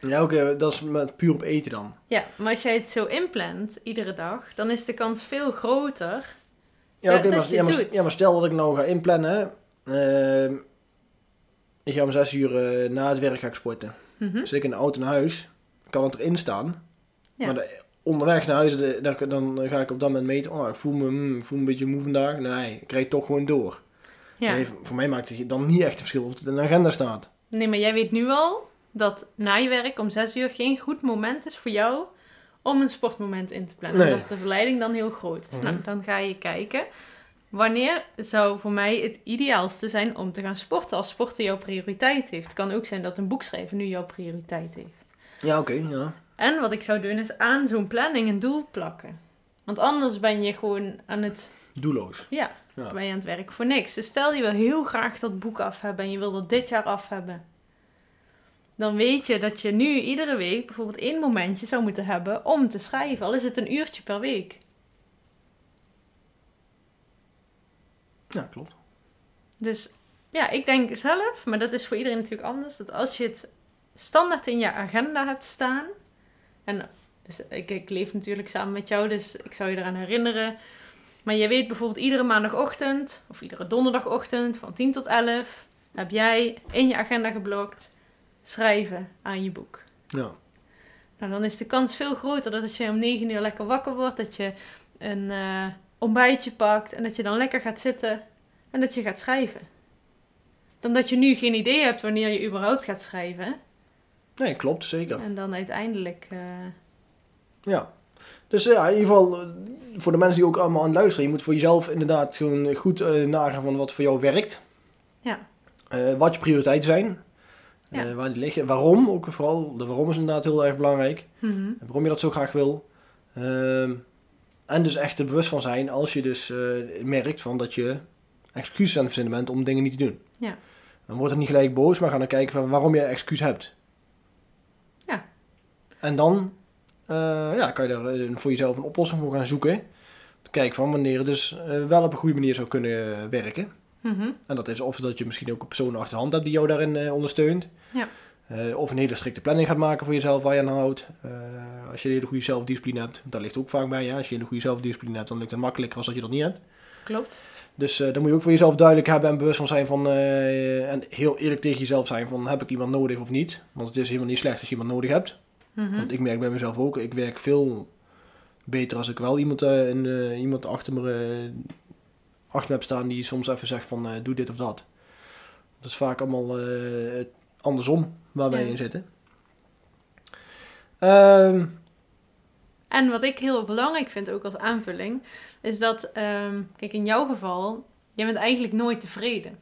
S1: Ja, oké, dat is met, puur op eten dan.
S2: Ja, maar als jij het zo inplant, iedere dag... dan is de kans veel groter.
S1: Ja,
S2: Ja,
S1: oké,
S2: dat
S1: maar,
S2: je
S1: ja, maar,
S2: doet.
S1: ja, maar stel dat ik nou ga inplannen. ehm, ik ga om zes uur eh, na het werk ga ik sporten.
S2: Mhm.
S1: Dus ik in de auto naar huis, kan het erin staan.
S2: Ja.
S1: Maar de- onderweg naar huis, de- daar- dan ga ik op dat moment meten. Oh, ik voel me, hmm, ik voel me een beetje moe vandaag. Nee, ik rijd toch gewoon door.
S2: Ja.
S1: Dat heeft- voor mij maakt het dan niet echt een verschil of het in de agenda staat.
S2: Nee, maar jij weet nu al dat na je werk om 6 uur geen goed moment is voor jou om een sportmoment in te plannen.
S1: Nee.
S2: Dat de verleiding dan heel groot is. Nou,
S1: Mhm.
S2: dan ga je kijken. Wanneer zou voor mij het ideaalste zijn om te gaan sporten als sporten jouw prioriteit heeft? Het kan ook zijn dat een boek schrijven nu jouw prioriteit heeft.
S1: Ja, oké. ja.
S2: En wat ik zou doen is aan zo'n planning een doel plakken. Want anders ben je gewoon aan het
S1: Doelloos.
S2: ja,
S1: Ja.
S2: ben je aan het werk voor niks. Dus stel je wil heel graag dat boek af hebben en je wil dat dit jaar af hebben. Dan weet je dat je nu iedere week bijvoorbeeld één momentje zou moeten hebben om te schrijven. Al is het een uurtje per week.
S1: Ja, klopt.
S2: Dus ja, ik denk zelf, maar dat is voor iedereen natuurlijk anders, dat als je het standaard in je agenda hebt staan. En dus ik, ik leef natuurlijk samen met jou, dus ik zou je eraan herinneren. Maar je weet bijvoorbeeld iedere maandagochtend of iedere donderdagochtend van 10 tot 11 heb jij in je agenda geblokt schrijven aan je boek.
S1: Ja.
S2: Nou, dan is de kans veel groter dat als je om 9 uur lekker wakker wordt, dat je een eh, ontbijtje pakt en dat je dan lekker gaat zitten en dat je gaat schrijven. Dan dat je nu geen idee hebt wanneer je überhaupt gaat schrijven.
S1: Nee, klopt, zeker.
S2: En dan uiteindelijk. eh,
S1: Ja. Dus eh, ja, in ieder geval eh, voor de mensen die ook allemaal aan het luisteren, je moet voor jezelf inderdaad gewoon goed eh, nagaan van wat voor jou werkt.
S2: Ja.
S1: Eh, wat je prioriteiten zijn.
S2: Ja.
S1: Eh, waar die liggen. Waarom ook vooral. De waarom is inderdaad heel erg belangrijk.
S2: mhm.
S1: En Waarom je dat zo graag wil. Ehm, en dus echt er bewust van zijn als je dus eh, merkt van dat je excuses aan het verzinnen bent om dingen niet te doen.
S2: Ja.
S1: Dan wordt het niet gelijk boos, maar ga dan kijken van waarom je excuus hebt.
S2: Ja.
S1: En dan eh, ja, kan je daar eh, voor jezelf een oplossing voor gaan zoeken. Kijken van wanneer het dus eh, wel op een goede manier zou kunnen eh, werken.
S2: mhm.
S1: En dat is of dat je misschien ook een persoon achter de hand hebt die jou daarin eh, ondersteunt.
S2: Ja.
S1: Eh, of een hele strikte planning gaat maken voor jezelf waar je aan houdt. Eh, als je een hele goede zelfdiscipline hebt, dat ligt ook vaak bij je. Als je een hele goede zelfdiscipline hebt, dan lukt het makkelijker als dat je dat niet hebt.
S2: Klopt.
S1: Dus eh dan moet je ook voor jezelf duidelijk hebben en bewust van zijn van... eh, en heel eerlijk tegen jezelf zijn van heb ik iemand nodig of niet. Want het is helemaal niet slecht als je iemand nodig hebt.
S2: Mhm.
S1: Want ik merk bij mezelf ook, ik werk veel beter als ik wel iemand, eh, een, eh, iemand achter, me, eh, achter me heb staan die soms even zegt van eh, doe dit of dat. Dat is vaak allemaal eh, andersom waar wij
S2: Ja.
S1: in zitten. Ehm,
S2: En wat ik heel belangrijk vind ook als aanvulling, is dat, ehm, kijk, in jouw geval, jij bent eigenlijk nooit tevreden.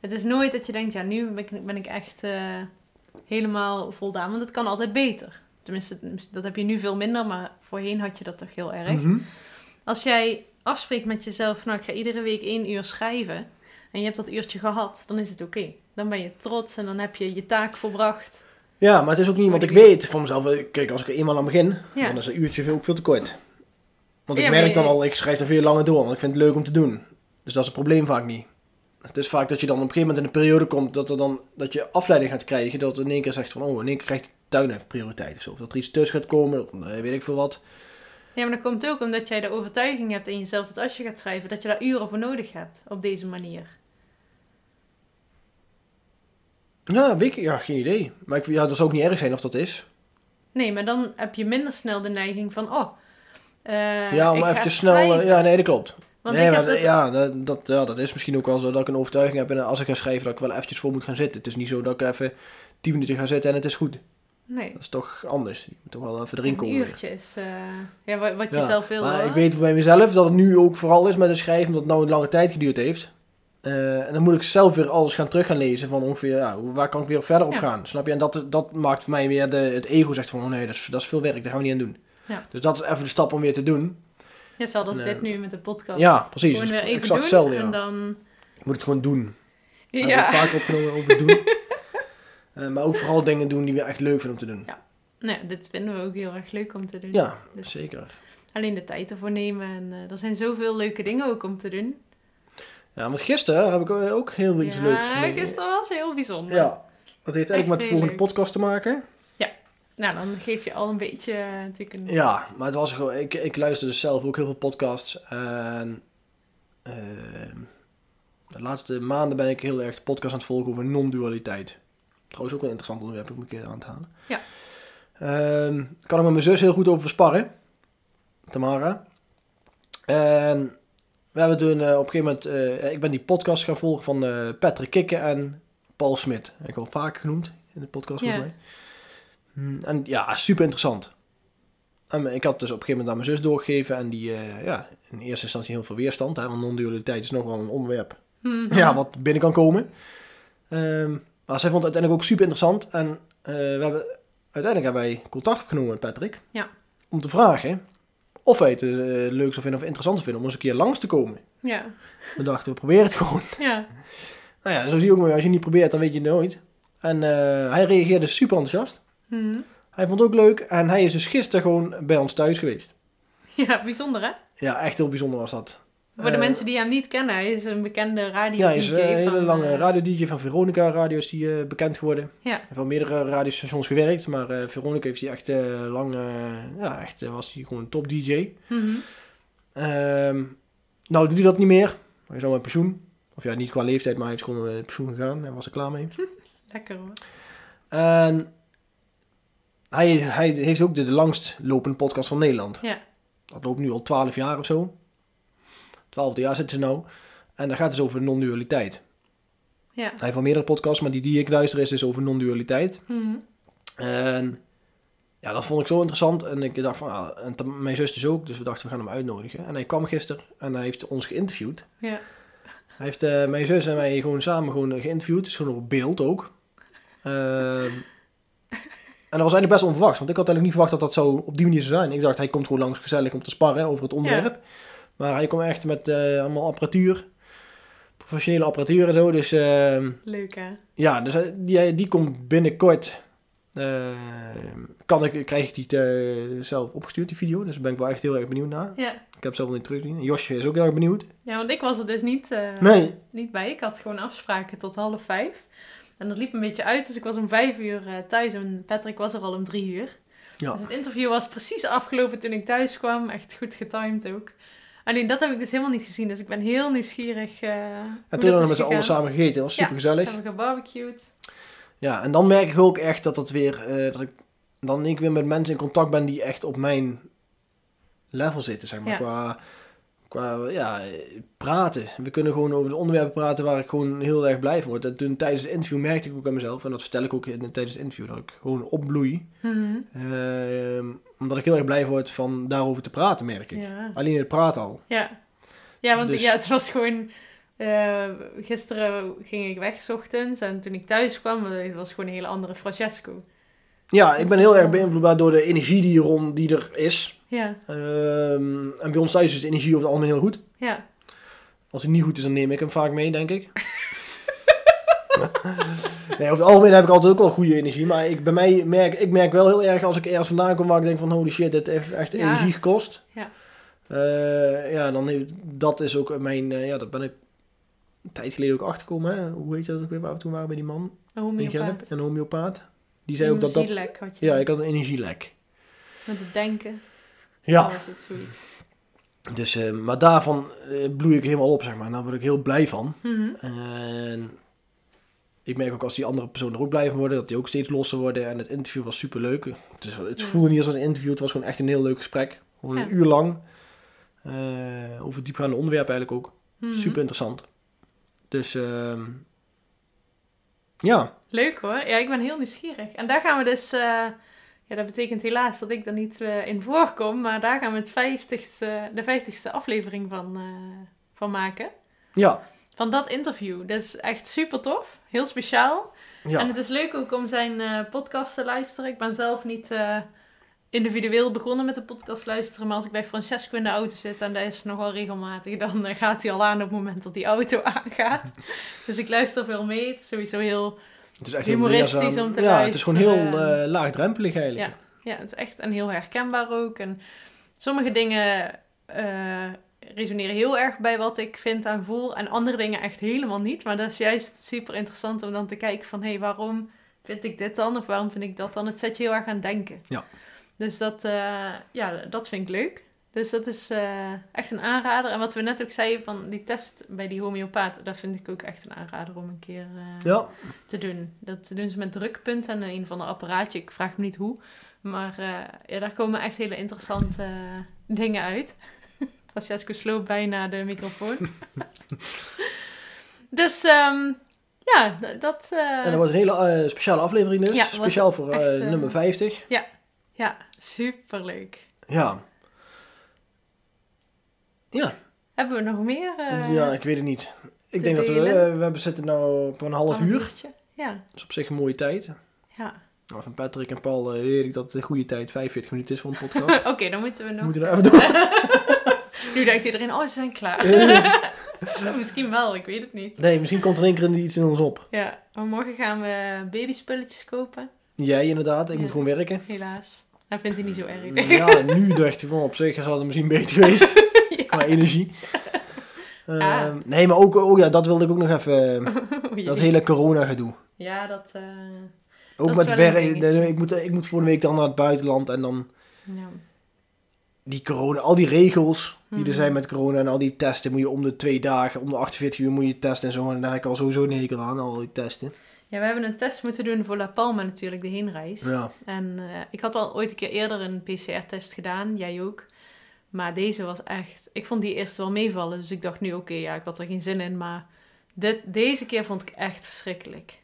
S2: Het is nooit dat je denkt, ja, nu ben ik, ben ik echt eh, helemaal voldaan, want het kan altijd beter. Tenminste, dat heb je nu veel minder, maar voorheen had je dat toch heel erg.
S1: mhm.
S2: Als jij afspreekt met jezelf, nou ik ga iedere week één uur schrijven en je hebt dat uurtje gehad, dan is het oké. Dan ben je trots en dan heb je je taak volbracht.
S1: Ja, maar het is ook niet, want ik weet van mezelf, eh, kijk, als ik er eenmaal aan begin,
S2: Ja.
S1: dan is een uurtje veel- ook veel te kort. Want
S2: Ja,
S1: ik
S2: maar
S1: merk dan
S2: je-
S1: al, ik schrijf er veel langer door, want ik vind het leuk om te doen. Dus dat is het probleem vaak niet. Het is vaak dat je dan op een gegeven moment in een periode komt dat, er dan, dat je afleiding gaat krijgen. Dat in één keer zegt van, oh, in één keer krijgt de tuin even prioriteit of zo. Of dat er iets tussen gaat komen, of, eh, weet ik veel wat.
S2: Ja, maar dat komt ook omdat jij de overtuiging hebt in jezelf dat als je gaat schrijven, dat je daar uren voor nodig hebt op deze manier.
S1: Ja, weet ik, ja, geen idee. Maar ik, ja, dat zou ook niet erg zijn of dat is.
S2: Nee, maar dan heb je minder snel de neiging van, oh, eh,
S1: ja,
S2: ik
S1: om
S2: ga
S1: eventjes snel... eh,
S2: schrijven.
S1: ja, nee, dat klopt.
S2: Want
S1: nee,
S2: ik
S1: maar
S2: heb dat...
S1: ja, dat, dat, ja, dat is misschien ook wel zo dat ik een overtuiging heb. En als ik ga schrijven, dat ik wel eventjes voor moet gaan zitten. Het is niet zo dat ik even 10 minuten ga zitten en het is goed.
S2: Nee,
S1: Dat is toch anders. Je moet toch wel even erin
S2: een
S1: komen.
S2: uurtje is eh, ja, wa- wat je
S1: Ja,
S2: zelf wil.
S1: Maar
S2: hoor.
S1: ik weet bij mezelf dat het nu ook vooral is met het schrijven, omdat het nou een lange tijd geduurd heeft. Eh, en dan moet ik zelf weer alles gaan terug gaan lezen van ongeveer, ja, hoe- waar kan ik weer verder op
S2: Ja.
S1: gaan? Snap je? En dat, dat maakt voor mij weer de, het ego zegt van, oh nee, dat is, dat is veel werk, daar gaan we niet aan doen.
S2: Ja.
S1: Dus dat is even de stap om weer te doen.
S2: Ja, zal dat
S1: Nee.
S2: dit nu met de podcast.
S1: Ja, precies.
S2: Gewoon
S1: Dus
S2: weer even
S1: exact
S2: doen
S1: hetzelfde, ja.
S2: en dan...
S1: Je moet het gewoon doen. Ja. Heb
S2: Ja.
S1: ik vaak opgenomen over doen.
S2: (laughs)
S1: Eh, maar ook vooral dingen doen die we echt leuk vinden om te doen.
S2: Nou, dit vinden we ook heel erg leuk om te doen.
S1: Ja,
S2: Dus
S1: zeker.
S2: Alleen de tijd ervoor nemen. En eh, er zijn zoveel leuke dingen ook om te doen.
S1: Ja, want gisteren heb ik eh, ook heel iets leuks.
S2: ja,
S1: gedaan.
S2: gisteren was heel bijzonder.
S1: Ja, dat heeft eigenlijk
S2: Echt
S1: met de
S2: heel
S1: volgende
S2: leuk.
S1: podcast te maken.
S2: Nou, dan geef je al een beetje eh, natuurlijk een...
S1: Ja, maar het was gewoon, ik, ik luister dus zelf ook heel veel podcasts. En eh, de laatste maanden ben ik heel erg de podcast aan het volgen over non-dualiteit. Trouwens ook wel een interessant onderwerp om een keer aan te halen.
S2: Ja.
S1: Ehm, kan ik met mijn zus heel goed over sparren. Tamara. En we hebben toen eh, op een gegeven moment... eh, ik ben die podcast gaan volgen van eh, Patrick Kikken en Paul Smit. Ik heb al vaak genoemd in de podcast
S2: Ja.
S1: volgens mij. Hmm, En ja, super interessant. En ik had dus op een gegeven moment aan mijn zus doorgegeven. En die, eh, ja, in eerste instantie heel veel weerstand. Hè, want non-dualiteit is nogal een onderwerp
S2: Mhm.
S1: ja, wat binnen kan komen. Ehm, maar zij vond het uiteindelijk ook super interessant. En eh, we hebben, uiteindelijk hebben wij contact opgenomen met Patrick.
S2: Ja.
S1: Om te vragen of wij het eh, leuk zou vinden of interessant zou vinden om eens een keer langs te komen.
S2: Ja.
S1: We dachten, we proberen het gewoon. (laughs)
S2: Ja.
S1: Nou ja, zo zie je ook maar, als je niet probeert, dan weet je het nooit. En eh, hij reageerde super enthousiast.
S2: Mhm.
S1: Hij vond het ook leuk en hij is dus gisteren gewoon bij ons thuis geweest.
S2: Ja, bijzonder hè?
S1: Ja, echt heel bijzonder was dat.
S2: Voor de
S1: Eh,
S2: mensen die hem niet kennen, hij is een bekende radio
S1: Ja, hij is
S2: DJ
S1: eh, een hele
S2: van,
S1: lange
S2: eh,
S1: radio-dj van Veronica Radio is die eh, bekend geworden.
S2: Ja.
S1: Hij heeft wel meerdere radiostations gewerkt, maar eh, Veronica heeft hij echt eh, lang, eh, ja, echt eh, was hij gewoon een top DJ.
S2: mhm.
S1: Ehm, nou doet hij dat niet meer. Hij is al met pensioen. Of ja, niet qua leeftijd, maar hij is gewoon met pensioen gegaan en was er klaar mee.
S2: Lekker hoor.
S1: En hij, hij heeft ook de, de langst lopende podcast van Nederland.
S2: Ja.
S1: Dat loopt nu al 12 jaar of zo. 12 jaar zitten ze nou. En daar gaat het dus over non-dualiteit.
S2: Ja.
S1: Hij heeft al meerdere podcasts, maar die die ik luister is dus over non-dualiteit.
S2: Mhm.
S1: En ja, dat vond ik zo interessant. En ik dacht van, ah, en te- mijn zus dus ook, dus we dachten we gaan hem uitnodigen. En hij kwam gisteren en hij heeft ons geïnterviewd.
S2: Ja.
S1: Hij heeft eh, mijn zus en mij gewoon samen gewoon eh, geïnterviewd, dus gewoon op beeld ook. Ehm, en dat was eigenlijk best onverwacht, want ik had eigenlijk niet verwacht dat dat zo op die manier zou zijn. Ik dacht, hij komt gewoon langs gezellig om te sparren over het onderwerp. Maar hij kwam echt met eh, allemaal apparatuur, professionele apparatuur en zo, dus... ehm,
S2: Leuk hè?
S1: ja, dus eh, die, die komt binnenkort. eh, kan ik, krijg ik die eh, zelf opgestuurd, die video. Dus daar ben ik wel echt heel erg benieuwd naar.
S2: Ja.
S1: Ik heb zelf nog niet teruggezien. Josje is ook heel erg benieuwd.
S2: ja, want ik was er dus niet, eh,
S1: Nee.
S2: niet bij. Ik had gewoon afspraken tot half vijf. En dat liep een beetje uit, dus ik was om vijf uur eh, thuis en Patrick was er al om drie uur.
S1: Ja.
S2: Dus het interview was precies afgelopen toen ik thuis kwam. Echt goed getimed ook. Alleen dat heb ik dus helemaal niet gezien, dus ik ben heel nieuwsgierig. eh,
S1: En
S2: hoe
S1: toen
S2: dat
S1: hebben we
S2: is
S1: met z'n allen
S2: gegaan.
S1: samen gegeten. Dat was
S2: Ja.
S1: super gezellig.
S2: Hebben we gebarbecued.
S1: Ja, en dan merk ik ook echt dat dat weer. eh, dat ik dan ik weer met mensen in contact ben die echt op mijn level zitten, zeg maar.
S2: Ja.
S1: Qua, qua ja, eh, praten. We kunnen gewoon over de onderwerpen praten waar ik gewoon heel erg blij van word. En toen tijdens het interview merkte ik ook aan mezelf, en dat vertel ik ook in, tijdens het interview, dat ik gewoon opbloei.
S2: Mhm.
S1: Ehm, omdat ik heel erg blij word van daarover te praten, merk ik.
S2: Ja.
S1: Alleen het praten al.
S2: Ja, ja want
S1: Dus-
S2: ja, het was gewoon... eh, gisteren ging ik weg, 's ochtends. En toen ik thuis kwam, eh, was gewoon een hele andere Francesco.
S1: Ja, ik
S2: Dat
S1: ben
S2: is
S1: heel
S2: wel-
S1: erg beïnvloedbaar door de energie die, rond, die er is.
S2: Ja,
S1: Ehm, en bij ons thuis is de energie over het algemeen heel goed.
S2: ja.
S1: Als hij niet goed is, dan neem ik hem vaak mee, denk ik. (laughs) nee, over het algemeen heb ik altijd ook wel goede energie. Maar ik, bij mij merk, ik merk wel heel erg als ik ergens vandaan kom waar ik denk van holy shit, dit heeft echt
S2: Ja.
S1: energie gekost.
S2: Ja.
S1: Eh, ja, dan heeft, dat is ook mijn, eh, ja, dat ben ik een tijd geleden ook achtergekomen. Hè? Hoe heet dat ook weer, waar we toen waren bij die man
S2: Een
S1: in Gennep,
S2: homeopaat.
S1: een homeopaat. Die zei ook dat dat,
S2: Energielek had je.
S1: ja, ik had een energielek.
S2: Met het denken.
S1: Ja,
S2: Was het zoiets.
S1: dus, eh, maar daarvan eh, bloei ik helemaal op, zeg maar. Daar word ik heel blij van.
S2: Mhm.
S1: En ik merk ook als die andere persoon er ook blij van worden, dat die ook steeds losser worden. En het interview was super leuk. Het, is, het
S2: Ja.
S1: voelde niet als een interview, het was gewoon echt een heel leuk gesprek. Gewoon
S2: Ja.
S1: een uur lang. Eh, over diepgaande onderwerpen eigenlijk ook.
S2: Mhm.
S1: Super interessant. Dus ehm, ja,
S2: Leuk hoor. Ja, ik ben heel nieuwsgierig. En daar gaan we dus... eh, ja, dat betekent helaas dat ik er niet eh, in voorkom. Maar daar gaan we het 50ste, de 50ste aflevering van, eh, van maken.
S1: ja,
S2: Van dat interview. Dat is echt super tof. Heel speciaal. En
S1: ja.
S2: het is leuk ook om zijn eh, podcast te luisteren. Ik ben zelf niet eh, individueel begonnen met de podcast luisteren. Maar als ik bij Francesco in de auto zit en dat is nogal regelmatig, dan eh, gaat hij al aan op het moment dat die auto (laughs) aangaat. Dus ik luister veel mee. Het is sowieso heel.
S1: Het is echt heel
S2: humoristisch
S1: leerzaam.
S2: om te
S1: Ja, het is gewoon heel
S2: luisteren.
S1: eh, laagdrempelig eigenlijk.
S2: Ja, het is echt en heel herkenbaar ook. En sommige dingen eh, resoneren heel erg bij wat ik vind en voel. En andere dingen echt helemaal niet. Maar dat is juist super interessant om dan te kijken van... hé, hey, waarom vind ik dit dan? Of waarom vind ik dat dan? Het zet je heel erg aan het denken.
S1: Ja.
S2: Dus dat, eh, ja, dat vind ik leuk. Dus dat is eh, echt een aanrader. En wat we net ook zeiden van die test bij die homeopaat... dat vind ik ook echt een aanrader om een keer eh,
S1: Ja,
S2: te doen. Dat doen ze met drukpunt en een van de apparaatje. Ik vraag me niet hoe. Maar eh, ja, daar komen echt hele interessante eh, dingen uit. (laughs) Francesco sloop bijna de microfoon. (laughs) dus ehm, ja, d- dat... eh,
S1: En dat was een hele eh, speciale aflevering dus.
S2: Ja, was
S1: Speciaal voor eh,
S2: echt, eh,
S1: nummer 50.
S2: Ja, superleuk.
S1: Ja.
S2: Hebben we nog meer? eh,
S1: ja, ik weet het niet. Ik
S2: te
S1: denk dat we...
S2: delen?
S1: eh, we hebben zitten nu op een half
S2: van een
S1: uur.
S2: uurtje? Ja,
S1: Dat is op zich een mooie tijd.
S2: ja. (laughs)
S1: Nou, van Patrick en Paul eh, weet ik dat het een goede tijd 45 minuten
S2: (laughs)
S1: is voor een podcast.
S2: Oké, dan moeten we
S1: we
S2: nog...
S1: moeten er even
S2: (laughs)
S1: door.
S2: Nu denkt iedereen, oh, ze zijn klaar. (laughs) Nou, Misschien wel, ik weet het niet.
S1: Eh, Nee, misschien komt er in één keer iets in ons op.
S2: Ja, maar morgen gaan we babyspulletjes kopen,
S1: Jij inderdaad, ik
S2: Ja.
S1: moet gewoon werken. Mm,
S2: helaas. Dat vindt hij niet zo erg.
S1: Ja, nu dacht ik van op zich zou het misschien beter geweest.
S2: (laughs)
S1: Qua energie.
S2: Ja.
S1: Ehm, nee, maar ook, oh ja, dat wilde ik ook nog even.
S2: Oh (laughs)
S1: eh,
S2: Oei.
S1: dat hele corona gedoe.
S2: Ja, dat... eh, Dat
S1: Ook
S2: is
S1: met
S2: wel een
S1: werk.
S2: dingetje.
S1: Ik moet, ik moet volgende week dan naar het buitenland en dan
S2: ja.
S1: die corona, al die regels die
S2: Mhm.
S1: er zijn met corona en al die testen moet je om de twee dagen, om de 48 uur moet je testen en zo. En daar heb ik al sowieso een hekel aan, al die testen.
S2: ja, we hebben een test moeten doen voor La Palma natuurlijk, de heenreis.
S1: Ja,
S2: En eh, ik had al ooit een keer eerder een PCR-test gedaan, jij ook. Maar deze was echt... Ik vond die eerst wel meevallen, dus ik dacht nu, oké, ja, ik had er geen zin in. Maar dit, deze keer vond ik echt verschrikkelijk.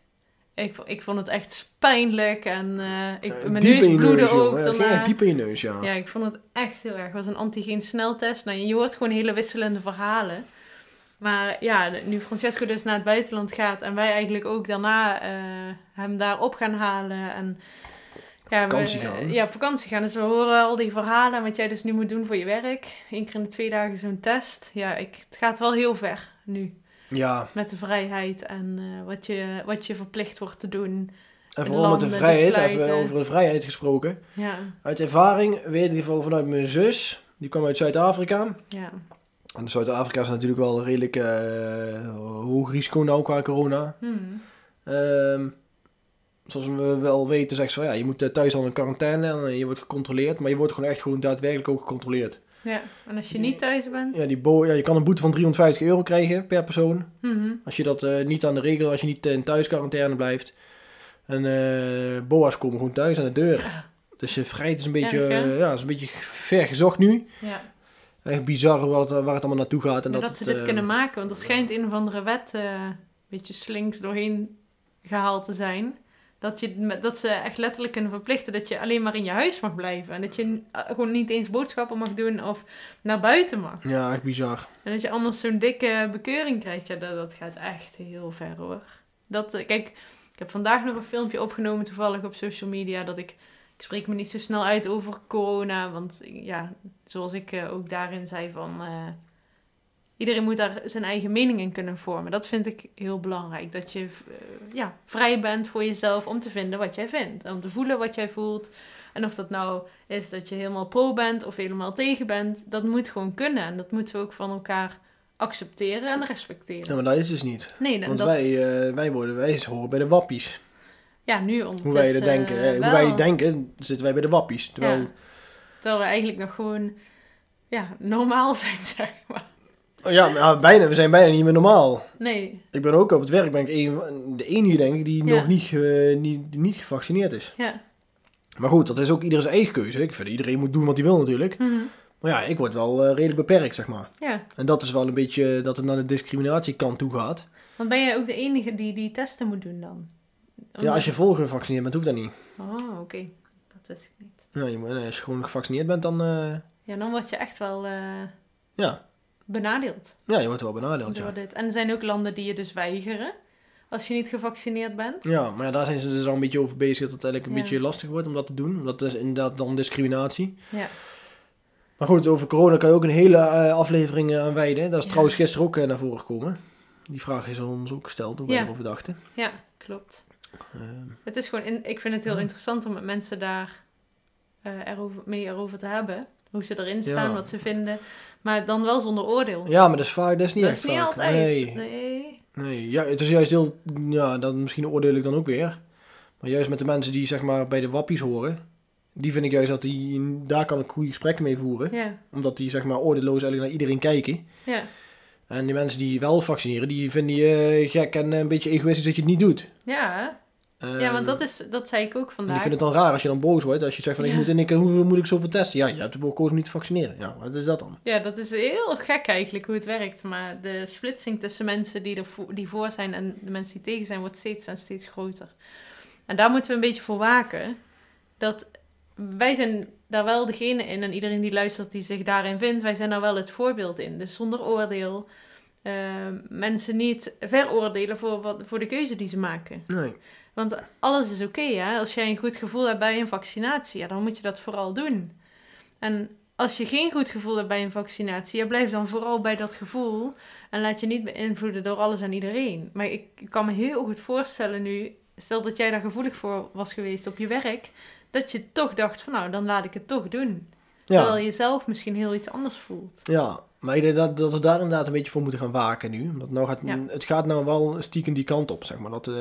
S2: Ik, vo- ik vond het echt pijnlijk en eh, ik,
S1: Eh,
S2: mijn
S1: diep in
S2: neus
S1: je
S2: bloedde
S1: neus, joh.
S2: ook.
S1: Ja, het ging
S2: daarna.
S1: echt diep in je neus, ja.
S2: Ja, ik vond het echt heel erg. Het was een antigeen sneltest. Nou, je hoort gewoon hele wisselende verhalen. Maar ja, nu Francesco dus naar het buitenland gaat en wij eigenlijk ook daarna eh, hem daar op gaan halen en ja,
S1: Op vakantie
S2: we,
S1: gaan.
S2: Ja, op vakantie gaan. Dus we horen al die verhalen en wat jij dus nu moet doen voor je werk. Eén keer in de twee dagen zo'n test. Ja, ik, het gaat wel heel ver nu
S1: Ja,
S2: met de vrijheid en eh, wat, je, wat je verplicht wordt te doen.
S1: en
S2: En
S1: vooral met de
S2: landen
S1: vrijheid, even
S2: besluiten.
S1: over de vrijheid gesproken.
S2: Ja,
S1: Uit ervaring weet ik in ieder geval vanuit mijn zus, die kwam uit Zuid-Afrika.
S2: ja,
S1: En Zuid-Afrika is natuurlijk wel redelijk eh, hoog risico nou qua corona.
S2: Hm.
S1: Ehm, zoals we wel weten, zegt ze van ja, je moet eh, thuis al in quarantaine en eh, je wordt gecontroleerd, maar je wordt gewoon echt gewoon daadwerkelijk ook gecontroleerd.
S2: ja. En als je niet thuis bent.
S1: Ja, die bo ja, je kan een boete van 350 euro krijgen per persoon.
S2: Mhm.
S1: Als je dat eh, niet aan de regel, als je niet eh, in thuis quarantaine blijft. En eh, boa's komen gewoon thuis aan de deur.
S2: Ja.
S1: Dus eh, vrijheid is een beetje,
S2: Erg, hè?
S1: eh, ja, is een beetje ver gezocht nu.
S2: ja.
S1: Echt bizar wat, waar het allemaal naartoe gaat. En
S2: Ja,
S1: dat,
S2: dat,
S1: het,
S2: ze dit
S1: eh,
S2: kunnen maken, want er schijnt een of andere wet eh, een beetje slinks doorheen gehaald te zijn. Dat, je, met- dat ze echt letterlijk kunnen verplichten dat je alleen maar in je huis mag blijven. En dat je n- eh, gewoon niet eens boodschappen mag doen of naar buiten mag.
S1: Ja, echt bizar.
S2: En dat je anders zo'n dikke bekeuring krijgt. Ja, dat, dat gaat echt heel ver hoor. Dat, eh, kijk, ik heb vandaag nog een filmpje opgenomen toevallig op social media. Dat ik, ik spreek me niet zo snel uit over corona. Want eh, ja, zoals ik eh, ook daarin zei van... eh, iedereen moet daar zijn eigen mening in kunnen vormen. Dat vind ik heel belangrijk. Dat je eh, ja, vrij bent voor jezelf om te vinden wat jij vindt. Om te voelen wat jij voelt. En of dat nou is dat je helemaal pro bent of helemaal tegen bent. Dat moet gewoon kunnen. En dat moeten we ook van elkaar accepteren en
S1: Ja,
S2: respecteren.
S1: maar dat is dus niet.
S2: Nee, en
S1: Want
S2: dat...
S1: wij, eh, wij, worden, wij horen bij de wappies.
S2: Ja, nu
S1: Hoe
S2: ondertussen.
S1: wij er denken.
S2: eh,
S1: hè. Hoe
S2: wel.
S1: wij denken, zitten wij bij de wappies. Terwijl,
S2: Ja. Terwijl we eigenlijk nog gewoon ja, normaal (laughs) zijn, zeg maar.
S1: Oh ja, maar ja, bijna, we zijn bijna niet meer normaal.
S2: Nee,
S1: Ik ben ook op het werk ben ik een van- de enige, denk ik, die
S2: Ja.
S1: nog niet, ge- niet, niet gevaccineerd is.
S2: ja.
S1: Maar goed, dat is ook ieders eigen keuze. Ik vind iedereen moet doen wat hij wil natuurlijk.
S2: Mhm.
S1: Maar ja, ik word wel eh, redelijk beperkt, zeg maar.
S2: Ja,
S1: En dat is wel een beetje eh, dat het naar de discriminatiekant toe gaat.
S2: want ben jij ook de enige die die testen moet doen dan?
S1: Ja, als je volgevaccineerd bent, hoeft dat niet.
S2: Oh, oké. Dat wist ik niet.
S1: Ja, je, moet- eh, als je gewoon gevaccineerd bent, dan... eh,
S2: Ja, dan word je echt wel eh,
S1: ja.
S2: benadeeld
S1: ja, je wordt wel benadeeld, ja.
S2: door dit. En er zijn ook landen die je dus weigeren als je niet gevaccineerd bent.
S1: Ja, maar ja, daar zijn ze dus al een beetje over bezig dat het eigenlijk een
S2: Ja.
S1: beetje lastig wordt om dat te doen. Dat is inderdaad dan discriminatie.
S2: Ja.
S1: Maar goed, over corona kan je ook een hele eh, aflevering eh, aan wijden. Dat is
S2: Ja.
S1: trouwens gisteren ook eh, naar voren gekomen. Die vraag is ons ook gesteld, hoe wij
S2: Ja.
S1: erover dachten.
S2: Ja, klopt.
S1: Eh,
S2: Het is gewoon, in- ik vind het heel
S1: Ja. interessant
S2: interessant om met mensen daar eh, erover, mee erover te hebben. Hoe ze erin
S1: Ja.
S2: staan, wat ze vinden. Maar dan wel zonder oordeel.
S1: ja, maar dat is vaak, dat is niet
S2: dat
S1: echt
S2: is niet
S1: vaak.
S2: altijd.
S1: Nee,
S2: Nee.
S1: nee. Ja, het is juist heel, ja, dat misschien oordeel ik dan ook weer. Maar juist met de mensen die zeg maar bij de wappies horen, die vind ik juist dat die, daar kan ik goede gesprekken mee voeren.
S2: Ja,
S1: Omdat die zeg maar oordeelloos eigenlijk naar iedereen kijken.
S2: ja,
S1: En die mensen die wel vaccineren, die vinden je eh, gek en eh, een beetje egoïstisch dat je het niet doet.
S2: ja. ja, want dat, is, dat zei ik ook
S1: En
S2: vandaag.
S1: ik vind het dan raar als je dan boos wordt. Als je zegt van ik
S2: Ja.
S1: moet en ik, hoe moet ik zoveel testen? Ja, je hebt ervoor gekozen om niet te vaccineren. Ja, wat is dat dan?
S2: Ja, dat is heel gek eigenlijk hoe het werkt. Maar de splitsing tussen mensen die, er vo- die voor zijn en de mensen die tegen zijn, wordt steeds en steeds groter. En daar moeten we een beetje voor waken. Dat wij zijn daar wel degene in en iedereen die luistert die zich daarin vindt, wij zijn daar wel het voorbeeld in. Dus zonder oordeel. eh, mensen niet veroordelen voor, wat, voor de keuze die ze maken.
S1: Nee.
S2: Want alles is oké, hè. Als jij een goed gevoel hebt bij een vaccinatie, ja, dan moet je dat vooral doen. En als je geen goed gevoel hebt bij een vaccinatie, ja, blijf dan vooral bij dat gevoel. En laat je niet beïnvloeden door alles en iedereen. Maar ik kan me heel goed voorstellen nu, stel dat jij daar gevoelig voor was geweest op je werk, dat je toch dacht van nou, dan laat ik het toch doen.
S1: Ja,
S2: Terwijl je zelf misschien heel iets anders voelt.
S1: ja. maar ik denk dat, dat we daar inderdaad een beetje voor moeten gaan waken nu. Want nou gaat,
S2: Ja.
S1: het gaat nou wel stiekem die kant op, zeg maar. Dat, eh,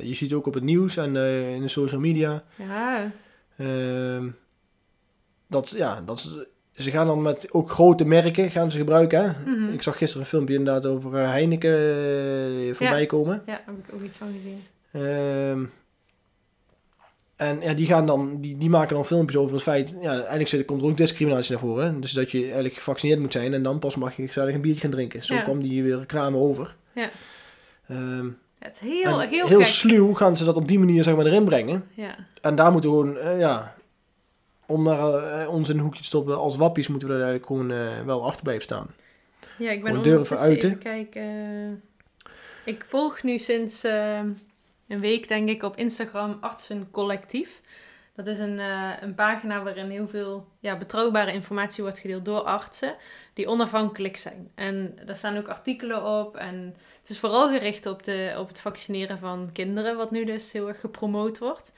S1: je ziet ook op het nieuws en eh, in de social media...
S2: Ja,
S1: Ehm, dat, ja, dat ze, ze gaan dan met ook grote merken gaan ze gebruiken. Hè?
S2: Mhm.
S1: Ik zag gisteren een filmpje inderdaad over eh, Heineken eh, voorbij komen.
S2: ja, daar heb ik ook iets van gezien.
S1: Ehm, en ja, die, gaan dan, die, die maken dan filmpjes over het feit... Ja, eigenlijk zit, komt er ook discriminatie naar voren. hè. Dus dat je eigenlijk gevaccineerd moet zijn en dan pas mag je gezellig een biertje gaan drinken. Zo
S2: Ja.
S1: kwam die weer reclame over.
S2: Ja.
S1: Ehm,
S2: Ja, het is heel,
S1: en
S2: heel,
S1: heel
S2: gek.
S1: sluw gaan ze dat op die manier zeg maar, erin brengen.
S2: ja.
S1: En daar moeten we gewoon, eh, ja, om daar, eh, ons in een hoekje te stoppen als wappies, moeten we daar eigenlijk gewoon eh, wel achter blijven staan.
S2: Ja, ik ben
S1: Gewoon durven
S2: ondertussen
S1: uiten.
S2: even kijken. eh, ik volg nu sinds eh, een week, denk ik, op Instagram Artsen Collectief. Dat is een, eh, een pagina waarin heel veel ja, betrouwbare informatie wordt gedeeld door artsen die onafhankelijk zijn. En daar staan ook artikelen op. En het is vooral gericht op, de, op het vaccineren van kinderen, wat nu dus heel erg gepromoot wordt.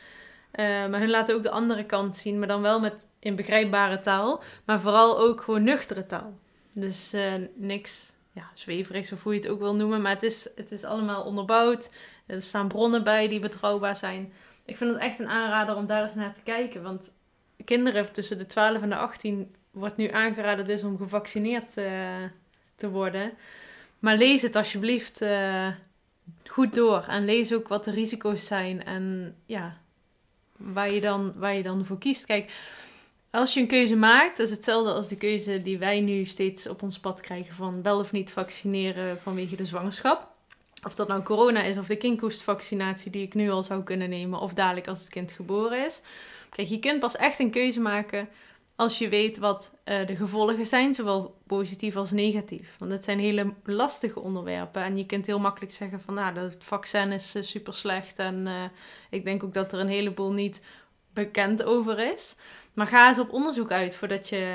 S2: Eh, maar hun laten ook de andere kant zien, maar dan wel met in begrijpbare taal, maar vooral ook gewoon nuchtere taal. Dus eh, niks ja, zweverigs of hoe je het ook wil noemen. Maar het is, het is allemaal onderbouwd. Er staan bronnen bij die betrouwbaar zijn. Ik vind het echt een aanrader om daar eens naar te kijken. Want kinderen tussen de 12 en de 18 wordt nu aangeraden dus om gevaccineerd eh, te worden. Maar lees het alsjeblieft eh, goed door. En lees ook wat de risico's zijn. En ja, waar je dan, waar je dan voor kiest. Kijk, als je een keuze maakt, dat is hetzelfde als de keuze die wij nu steeds op ons pad krijgen van wel of niet vaccineren vanwege de zwangerschap. Of dat nou corona is of de kinkhoestvaccinatie die ik nu al zou kunnen nemen of dadelijk als het kind geboren is. Kijk, je kunt pas echt een keuze maken als je weet wat eh, de gevolgen zijn, zowel positief als negatief. Want het zijn hele lastige onderwerpen en je kunt heel makkelijk zeggen van nou, dat vaccin is super slecht en eh, ik denk ook dat er een heleboel niet bekend over is. Maar ga eens op onderzoek uit voordat je,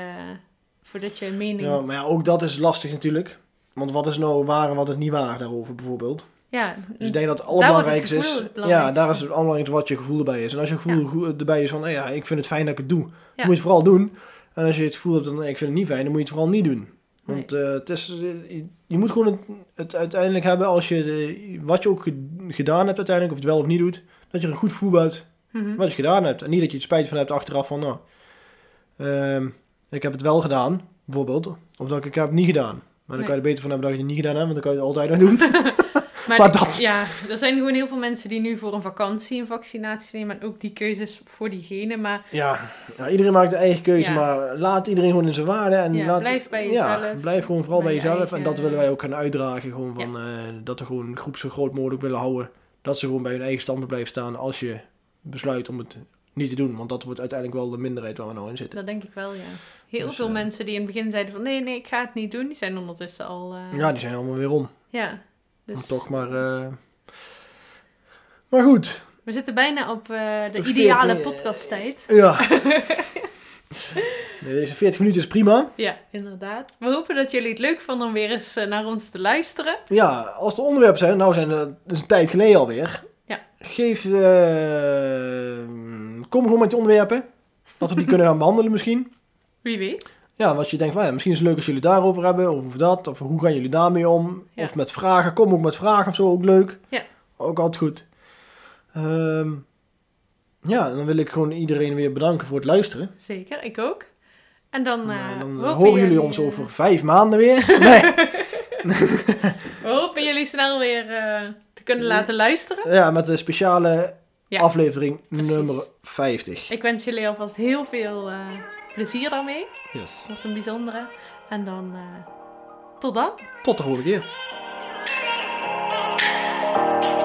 S2: voordat je een mening...
S1: Ja,
S2: Ja,
S1: maar ja, ook dat is lastig natuurlijk. Want wat is nou waar en wat is niet waar daarover bijvoorbeeld? Dus
S2: Mm.
S1: ik denk dat het allerbelangrijkste
S2: gevoel
S1: is...
S2: het
S1: Ja,
S2: belangrijkste.
S1: daar is het allerbelangrijkste wat je gevoel erbij is. En als je gevoel
S2: Ja.
S1: goe- erbij is van, eh, ja, ik vind het fijn dat ik het doe.
S2: Ja.
S1: Moet je het vooral doen. En als je het gevoel hebt van, eh, ik vind het niet fijn, dan moet je het vooral niet doen.
S2: Nee.
S1: Want eh, het is, je- je moet gewoon het, het uiteindelijk hebben als je de- wat je ook ge- gedaan hebt uiteindelijk, of het wel of niet doet, dat je er een goed gevoel bij hebt
S2: Mhm.
S1: wat je gedaan hebt. En niet dat je het spijt van hebt achteraf van, nou, ehm, ik heb het wel gedaan, bijvoorbeeld. Of dat ik, ik heb het niet gedaan. Maar dan
S2: Nee.
S1: kan je er beter van hebben dat je het niet gedaan hebt, want dan kan je het altijd nog doen.
S2: (laughs)
S1: (laughs)
S2: Maar,
S1: Maar
S2: d-
S1: dat-
S2: Ja, er zijn gewoon heel veel mensen die nu voor een vakantie een vaccinatie nemen. En ook die keuzes voor diegene. Maar
S1: ja, ja, iedereen maakt de eigen keuze,
S2: Ja.
S1: maar laat iedereen gewoon in zijn waarde. En
S2: Ja,
S1: laat,
S2: blijf bij
S1: ja,
S2: jezelf.
S1: blijf gewoon vooral bij,
S2: Bij je
S1: jezelf. En
S2: eigen- eh,
S1: dat willen wij ook gaan uitdragen, gewoon
S2: Ja.
S1: van, eh, dat we gewoon een groep zo groot mogelijk willen houden. Dat ze gewoon bij hun eigen standpunt blijven staan als je besluit om het niet te doen. Want dat wordt uiteindelijk wel de minderheid waar we nou in zitten.
S2: dat denk ik wel, ja. Heel
S1: Dus,
S2: veel
S1: eh,
S2: mensen die in het begin zeiden van... Nee, nee, ik ga het niet doen. Die zijn ondertussen al... eh,
S1: Ja, die zijn allemaal weer om.
S2: ja. Dus
S1: Maar toch maar. eh, Maar goed,
S2: We zitten bijna op eh, de,
S1: De
S2: ideale
S1: 14, eh,
S2: podcasttijd. (laughs)
S1: ja. Nee, Deze 40 minuten is prima.
S2: Ja, inderdaad. We hopen dat jullie het leuk vonden om weer eens eh, naar ons te luisteren.
S1: Ja, als er onderwerpen zijn, nou zijn er, dat is een tijd geleden alweer.
S2: Ja.
S1: Geef, eh, kom gewoon met je onderwerpen. Dat we die kunnen gaan behandelen misschien.
S2: Wie weet.
S1: Ja, wat je denkt van, ja, misschien is het leuk als jullie daarover hebben. Of over dat, of hoe gaan jullie daarmee om.
S2: Ja.
S1: Of met vragen, kom ook met vragen of zo, ook leuk.
S2: Ja.
S1: Ook altijd goed. Ehm, ja, dan wil ik gewoon iedereen weer bedanken voor het luisteren.
S2: Zeker, ik ook. En dan, eh
S1: Nou, dan
S2: we
S1: horen,
S2: hopen
S1: jullie ons
S2: eh,
S1: over vijf maanden
S2: (laughs)
S1: weer. Nee.
S2: We hopen jullie snel weer eh, te kunnen
S1: Ja.
S2: laten luisteren.
S1: ja, met de speciale
S2: Ja.
S1: aflevering
S2: Precies.
S1: nummer 50.
S2: Ik wens jullie alvast heel veel eh, plezier daarmee.
S1: Yes.
S2: Wat een bijzondere. En dan eh, tot dan.
S1: Tot de volgende keer.
S3: Thank